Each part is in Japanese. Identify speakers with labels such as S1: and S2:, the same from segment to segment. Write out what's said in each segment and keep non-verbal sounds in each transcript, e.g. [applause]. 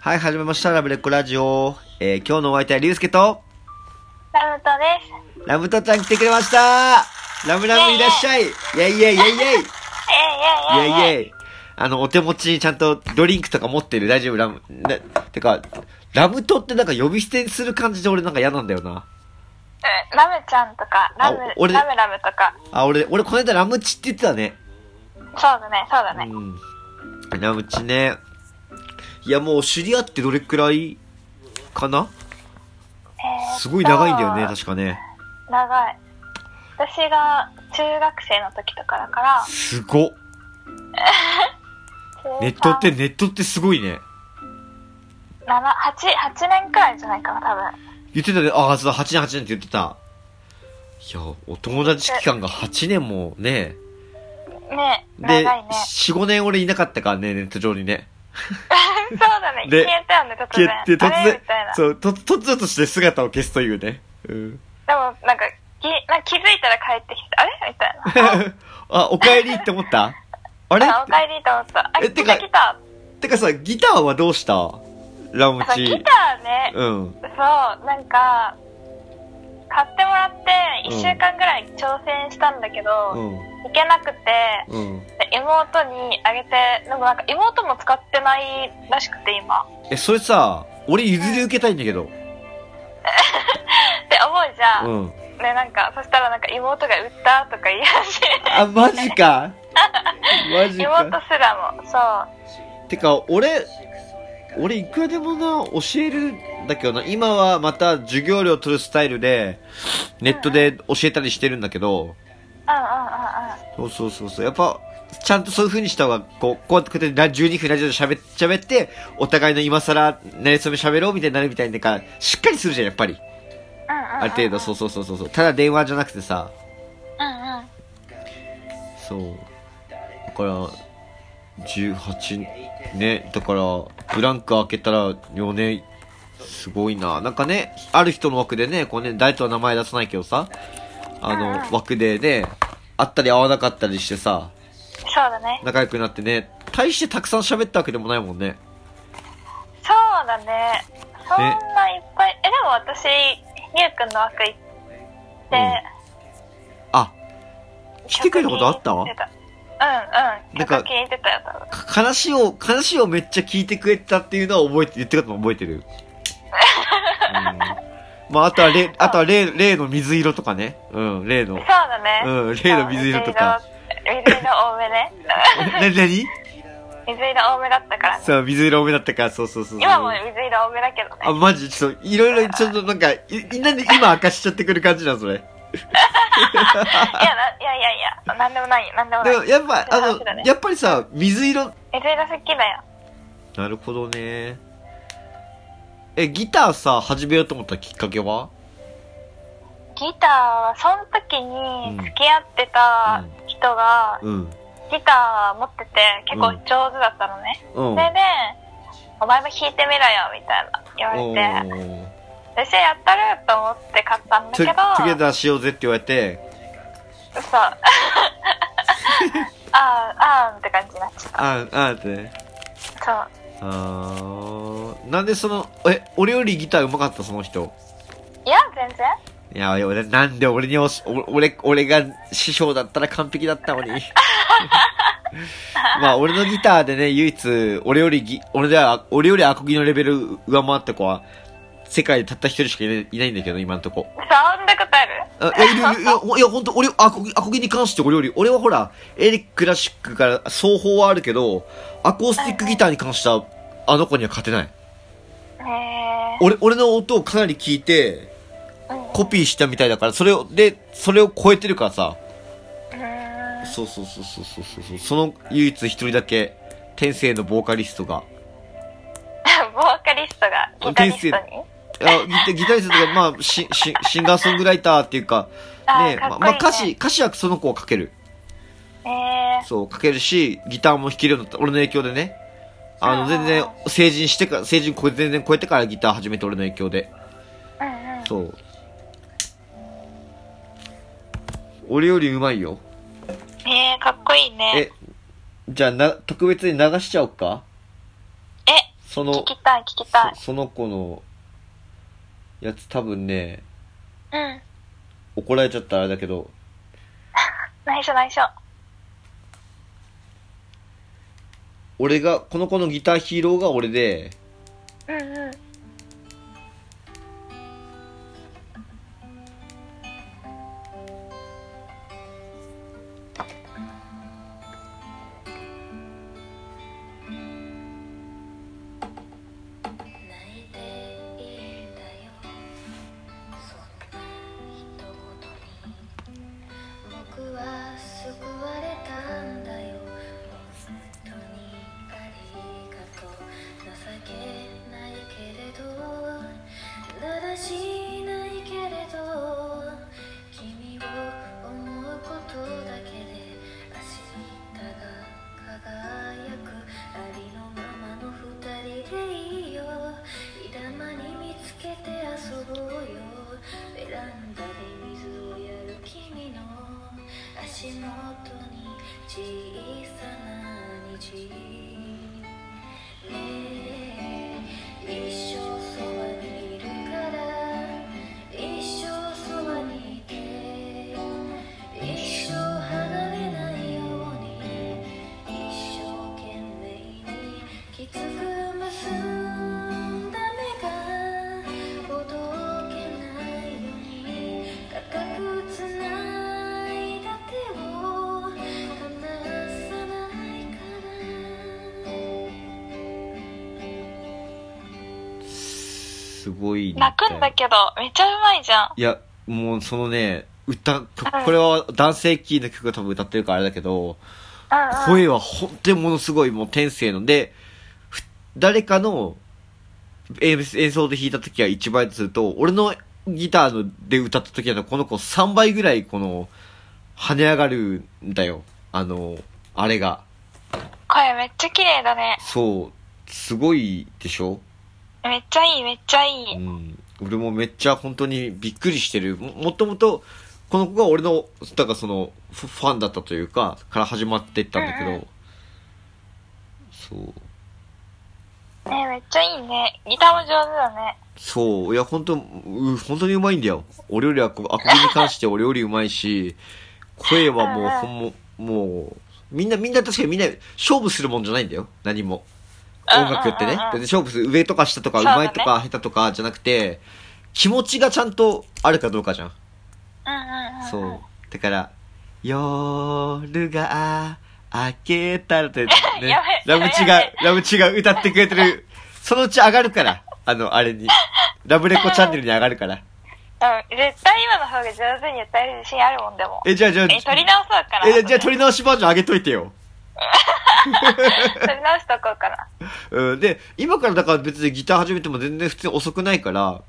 S1: はい、始めました。ラブレッコラジオ。えー、今日のお相手はリュウスケと、
S2: ラムトです。
S1: ラムタちゃん来てくれましたラムラムいらっしゃいイェイイェイイェイイェイイ
S2: え
S1: ェ
S2: いえいえい
S1: イイェイあの、お手持ちにちゃんとドリンクとか持ってる。大丈夫ラム、な、てか、ラムトってなんか呼び捨てする感じで俺なんか嫌なんだよな。
S2: うんラムちゃんとか、ラム、
S1: あ
S2: ラ
S1: 俺
S2: ムラムとか。
S1: あ、俺、俺この間ラムチって言ってたね。
S2: そうだね、そうだね。
S1: うん。ラムチね。いや、もう知り合ってどれくらいかなすごい長いんだよね、確かね。
S2: 長い。私が中学生の時とかだから、
S1: すごっ
S2: 中3
S1: ネットって、ネットってすごいね。
S2: 7、8、8年くらいじゃないかな、多分。
S1: 言ってたね。ああ、そうだ、8年8年って言ってた。いや、お友達期間が8年もね。
S2: ね長
S1: で、
S2: いね。
S1: 4、5年俺いなかったからね、ネット上にね。
S2: [laughs] そうだね、
S1: で
S2: 消えたよね、突
S1: 消
S2: 然。
S1: えて、突
S2: あれ
S1: 然
S2: みたいな。、で
S1: そう、と、突如として姿を消すというね。うん。
S2: も、なんか、きなんか気づいたら帰ってきて、あれみたいな。
S1: [laughs] あ、お帰りって思ったあれ
S2: あ、お帰りと思った。あ、
S1: え
S2: 来
S1: てか
S2: た来た。
S1: てかさ、ギターはどうしたラム
S2: あ、来
S1: チ。
S2: たね。
S1: うん。
S2: そう、なんか、買ってもらって、
S1: うん
S2: 1週間ぐらい挑戦したんだけ
S1: う
S2: ど、
S1: ん。
S2: いけなくて、
S1: うん。
S2: で妹にあげて、でもなんか妹も使ってないらしくて、今。
S1: え、それさ、俺譲り受けたいんだけど。
S2: って思うじゃ。
S1: うんん。
S2: ね、なんか、そしたらなんか妹が売ったとか言い始め
S1: あ、マジ
S2: [laughs]
S1: か。マジ
S2: 妹
S1: か。
S2: すらも、そう。
S1: てか、俺、俺いくらでもな、教えるんだけどな、今はまた授業料取るスタイルで、ネットで教えたりしてるんだけど、
S2: うんうんうんうん。
S1: そうそうそうそう。やっぱ、ちゃんとそういう風にした方が、こう、こうやってこうやってラ12分ラジオで喋っ喋って、お互いの今更、なりそめ喋ろうみたいになるみたいな、なんか、しっかりするじゃん、やっぱり。
S2: うんうんうん、
S1: ある程度、そうそうそうそうそう。ただ電話じゃなくてさ、
S2: うんうん。
S1: そう。だから、18、ね、だから、ブランク開けたら4年、すごいな。なんかね、ある人の枠でね、こうね、誰とは名前出さないけどさ、あ
S2: うんうん
S1: の、枠でね、会ったり会わなかったりしてさ、
S2: そうだね。
S1: 仲良くなってね、大してたくさん喋ったわけでもないもんね。
S2: そうだね。そんないっぱい、え、でも私、りゅうくんの枠行って、
S1: うんあ、来てくれたことあった
S2: うんうん。
S1: なん
S2: な
S1: か
S2: 聞いてたよ、多分。
S1: か話を、話をめっちゃ聞いてくれたっていうのは覚えて、言ってたのも覚えてる。うんまあ、あとは、例、あとは例、例の水色とかね。うん、例の
S2: そう。だね。
S1: うん例の水色とか
S2: そう。水色水色多めね。
S1: [laughs] なになに
S2: 水色多めだったからね。
S1: そう、水色多めだったから、そうそうそう。
S2: 今も水色多めだけど
S1: あ、
S2: ね。
S1: マジちょっと、いろいろ、ちょっとなんか、い、なんで今明かしちゃってくる感じなん、そ
S2: [laughs]
S1: れ。
S2: いや、ないやいやいや、なんでもないよ、なんでもな
S1: で
S2: い。
S1: も、やっぱ、あの、やっぱりさ、水色。
S2: 水色好きだよ。
S1: なるほどね。え、ギターさ、始めようと思ったきっかけは
S2: ギターは、その時に付き合ってた人が、
S1: うん。
S2: ギター持ってて、結構上手だったのね。
S1: うん。
S2: それで、お前も弾いてみろよ、みたいな言
S1: お
S2: われて。
S1: ー
S2: 私やったると思って買ったんだ
S1: ト
S2: け
S1: ゥ
S2: ど。
S1: トゥゲダーしようぜって言われて、
S2: そう。 [laughs] ああ、ああ、って感じになっちゃっ
S1: あん、あんってね。
S2: た。
S1: あーなんでその、え、俺よりギター上手かったその人。
S2: そう。いや、全然。
S1: いや、俺、なんで俺におし、お俺、俺が師匠だったら完璧だったのに。まあ、俺のギターでね、唯一、俺よりぎ、俺では、俺よりアコギのレベル上回った子は、世界でたった一人しかいないいないんだけど、今んとこ。
S2: そんなことある
S1: あいや、いるいるいや、ほいや本当俺、アコギ、アコギに関して俺より、俺はほら、エレックラシックから、双方はあるけど、アコースティックギターに関しては、あの子には勝てない。
S2: へ
S1: 俺、俺の音をかなり聞いて、
S2: え。うん。う
S1: コピーしたみたいだから、それを、で、それを超えてるからさ、
S2: ーん [laughs]
S1: そうそうそうそうそうそうそう、その唯一一人だけ、天性のボーカリストが、
S2: ボーカリストがギタリストに
S1: あギタギタリストが、まあ、シシシンガーソングライターっていうか、
S2: あ
S1: ね
S2: ー、かっ
S1: ま
S2: こ
S1: あ
S2: いい
S1: まあ、
S2: ね
S1: 歌詞、歌詞はその子をかける。
S2: へえ。
S1: そう、書けるし、ギターも弾けるようになった。俺の影響でね。あ
S2: う
S1: の、
S2: ん
S1: 全然、成人してから、成人こ全然超えてからギター始めて俺の影響で。
S2: うんうん。
S1: そう。俺より上手いよ。
S2: へえ、かっこいいね。
S1: え、じゃあな、特別に流しちゃおっか
S2: え、
S1: そ
S2: 聞
S1: の
S2: きたい聞きたい
S1: そその子のやつ多分ね
S2: うん
S1: 怒られちゃったらあれだけど
S2: 内緒内緒
S1: 俺がこの子のギターヒーローが俺で
S2: うんうん
S3: 泣いていたよそんな一言に僕は救われたんだよ本当にありがとう情けないけれどだらしないけれど君を思うことだけで明日が輝くありのままの二人でいいよいらまに見つけて遊ぼうよベランダで水をやる君の足元に小さな虹ねえ一生そばにいるから一生そばにいて一生離れないように一生懸命にきつく結んだ目がほどけないように固くつないだ手を離さないから
S1: すごい
S2: 泣くんだけどめっちゃうまいじゃん
S1: いやもうそのね歌曲これは男性キーの曲が多分歌ってるからあれだけど
S2: うんうん
S1: 声は本当にものすごいもう天性のでふ誰かのえー演奏で弾いた時は1倍とすると俺のギターので歌った時はこの子3倍ぐらいこの跳ね上がるんだよあのあれが
S2: 声めっちゃ綺麗だね
S1: そうすごいでしょ
S2: めっちゃいいめっちゃいうい
S1: ん、俺もめっちゃ本当にびっくりしてるももともとこの子が俺のだからそのフファンだったというかから始まっていったんだけど、
S2: うんうん
S1: そう
S2: ねめっちゃいいねギターも上手だね
S1: そういや本当う本当にうまいんだよ俺よりはこうアコギに関して俺よりうまいし声はもうほんももうみんなみんな確かにみんな勝負するもんじゃないんだよ何も
S2: うんうん
S1: 音
S2: うんうん
S1: 楽ってね、別に勝負する上とか下とか
S2: そう
S1: う
S2: だ
S1: ま
S2: ね
S1: いとか下手とかじゃなくて気持ちがちゃんとあるかどうかじゃん
S2: うんうんうん
S1: そう。だから、夜が明けたら
S2: [laughs]
S1: って、ね
S2: やべ、
S1: ラムチ
S2: や
S1: が
S2: べや、
S1: ラムチが歌ってくれて
S2: [laughs]
S1: る、そのうち上がるから、あの、あれに。ラブレコチャンネルに上がるから。
S2: うん絶対今の方が上手に歌える自信あるもんでも
S1: え、じゃあ、じゃあ、
S2: え取り直そうかな
S1: え、じゃあ、取
S2: 取
S1: り直しバージョン上げといてよ。
S2: り直しとこうかな
S1: うん、で、今からだから別にギター始めても全然普通に遅くないから、
S2: うんうん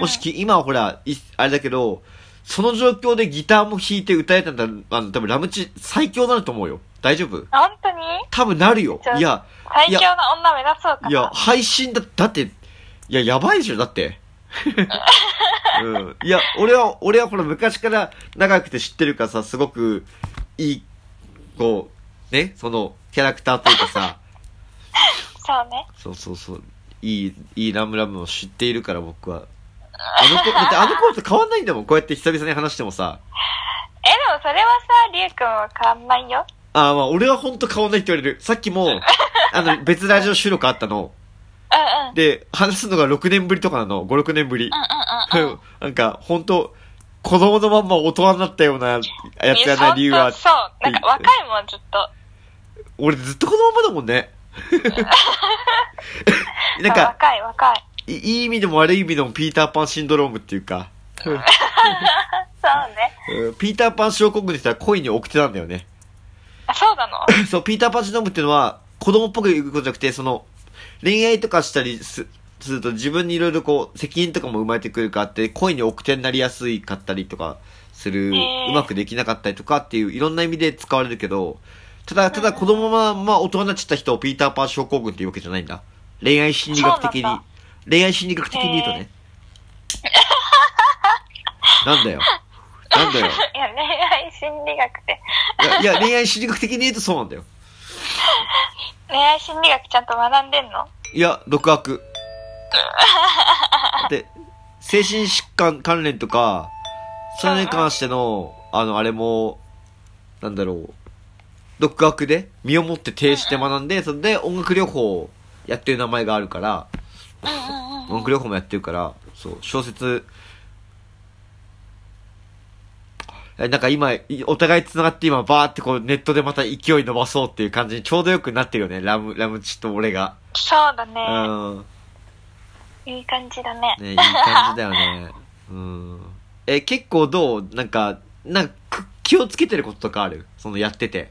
S1: もしき、今はほら、いあれだけど、その状況でギターも弾いて歌えたんだったら、あの、多分ラムチ最強になると思うよ。大丈夫
S2: 本当に
S1: 多分なるよ
S2: じゃ。あ
S1: いや、
S2: 最強な女目指そうかない
S1: や、配信だ、だって、いや、やばいでしょ、だって。うん、いや、俺は、俺はこの昔から長くて知ってるからさ、すごくいい、こう、ね、その、キャラクターというかさ、
S2: そうね
S1: そうそうそう、いい、いいラムラムを知っているから、僕は。あの子、だってあの子と変わんないんだもん、こうやって久々に話してもさ。
S2: えでもそれはさりゅうくんは変わんないよ
S1: ああ、まあ、俺はほんと変わんないって言われる。さっきも、あの、別ラジオ収録あったの。
S2: うんうん
S1: で、話すのが6年ぶりとかなの、5、6年ぶり。
S2: うんうんうんうん
S1: [laughs] なんか、本当子供のまんま大人になったようなやつやない理由は
S2: や、そうそうなんか若いもんずっと
S1: 俺ずっと子供ままだもん
S2: [laughs]
S1: ね。なんか、
S2: 若い若い
S1: いいい意味でも悪い意味でもピーターパンシンドロームっていうか、
S2: そうね
S1: うんピーターパン症候群の人は恋に奥手なんだよね。
S2: あそうなの
S1: そう、ピーターパンシンドロームっていうのは、子供っぽく言うことじゃなくて、その、恋愛とかしたりすすると自分にいろいろこう、責任とかも生まれてくるからって、恋に奥手になりやすいかったりとかする、
S2: へー
S1: うまくできなかったりとかっていう、いろんな意味で使われるけど、ただ、ただ子供は、まあ、大人になっちゃった人をピーターパン症候群っていうわけじゃないんだ。恋愛心理学的
S2: そうなん
S1: に
S2: だ、
S1: 恋愛心理学的に言う
S2: [laughs]
S1: とね。なんだよ。なんだよ。
S2: [laughs] いや恋愛心理学って
S1: いや、いや恋愛心理学的に言うとそうなんだよ。
S2: 恋愛心理学ちゃんと学んでんの
S1: いや、独
S2: [laughs]
S1: 悪。で、精神疾患関連とか、それに関しての、あの、あれも、なんだろう、独学で身をもって停止して学んで、それで音楽療法をやってる名前があるから、
S2: うんうん
S1: 音楽療法もやってるから、そう、小説、えなんか今、いお互い繋がって今、バーってこうネットでまた勢い伸ばそうっていう感じにちょうどよくなってるよね、ラム、ラムチと俺が。
S2: そうだ
S1: う
S2: ね。
S1: ん。
S2: いい感じだね。
S1: ね、いい感じだよね。うん。え、結構どうなんか、なんかく気をつけてることとかあるそのやってて。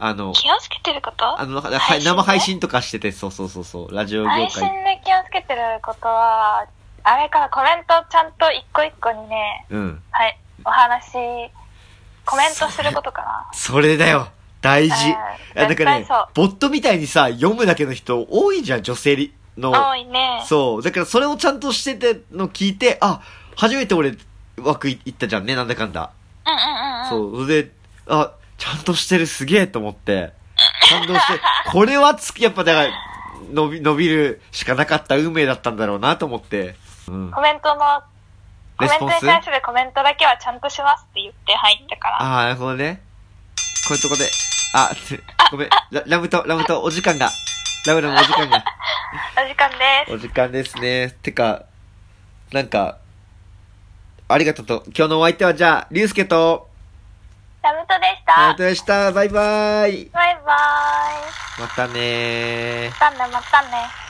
S1: あの、
S2: [laughs] 気をつけてること
S1: あの、なんかは
S2: 配
S1: い
S2: 信ね
S1: 生配信とかしてて、そうそうそうそう、ラジオ業
S2: 配信
S1: 界。
S2: で気をつけてることは、あれからコメントちゃんと一個一個にね、
S1: うん。
S2: はい、お話、コメントすることかな。
S1: それだよ大事
S2: うん。
S1: あなん
S2: 絶
S1: か
S2: 対
S1: ね
S2: そう、
S1: ボットみたいにさ、読むだけの人多いじゃん、女性の。
S2: 多いね。
S1: そう。だからそれをちゃんとしてての聞いて、あ、初めて俺枠い行ったじゃんね、なんだかんだ。
S2: うんうんうんうん。
S1: そう。それで、あ、ちゃんとしてるすげえと思って、感動して、これはつき、やっぱだから、伸び、伸びるしかなかった運命だったんだろうなと思って。うん。
S2: コメントの、コメントに
S1: レスポンス
S2: 関するコメントだけはちゃんとしますって言って入ったから。
S1: ああ、なるほどね。こういうとこで、あ、つごめん、ララムと、ラムと、お時間が。ラムラムお時間が。
S2: お時間です。
S1: お時間ですね。てか、なんか、ありがとうと、今日のお相手はじゃあ、りゅうすけと、
S2: ラムトでし
S1: ありが
S2: た
S1: と。うでした。バイバイ。
S2: バイバーイ。
S1: またねー。
S2: またね、またね。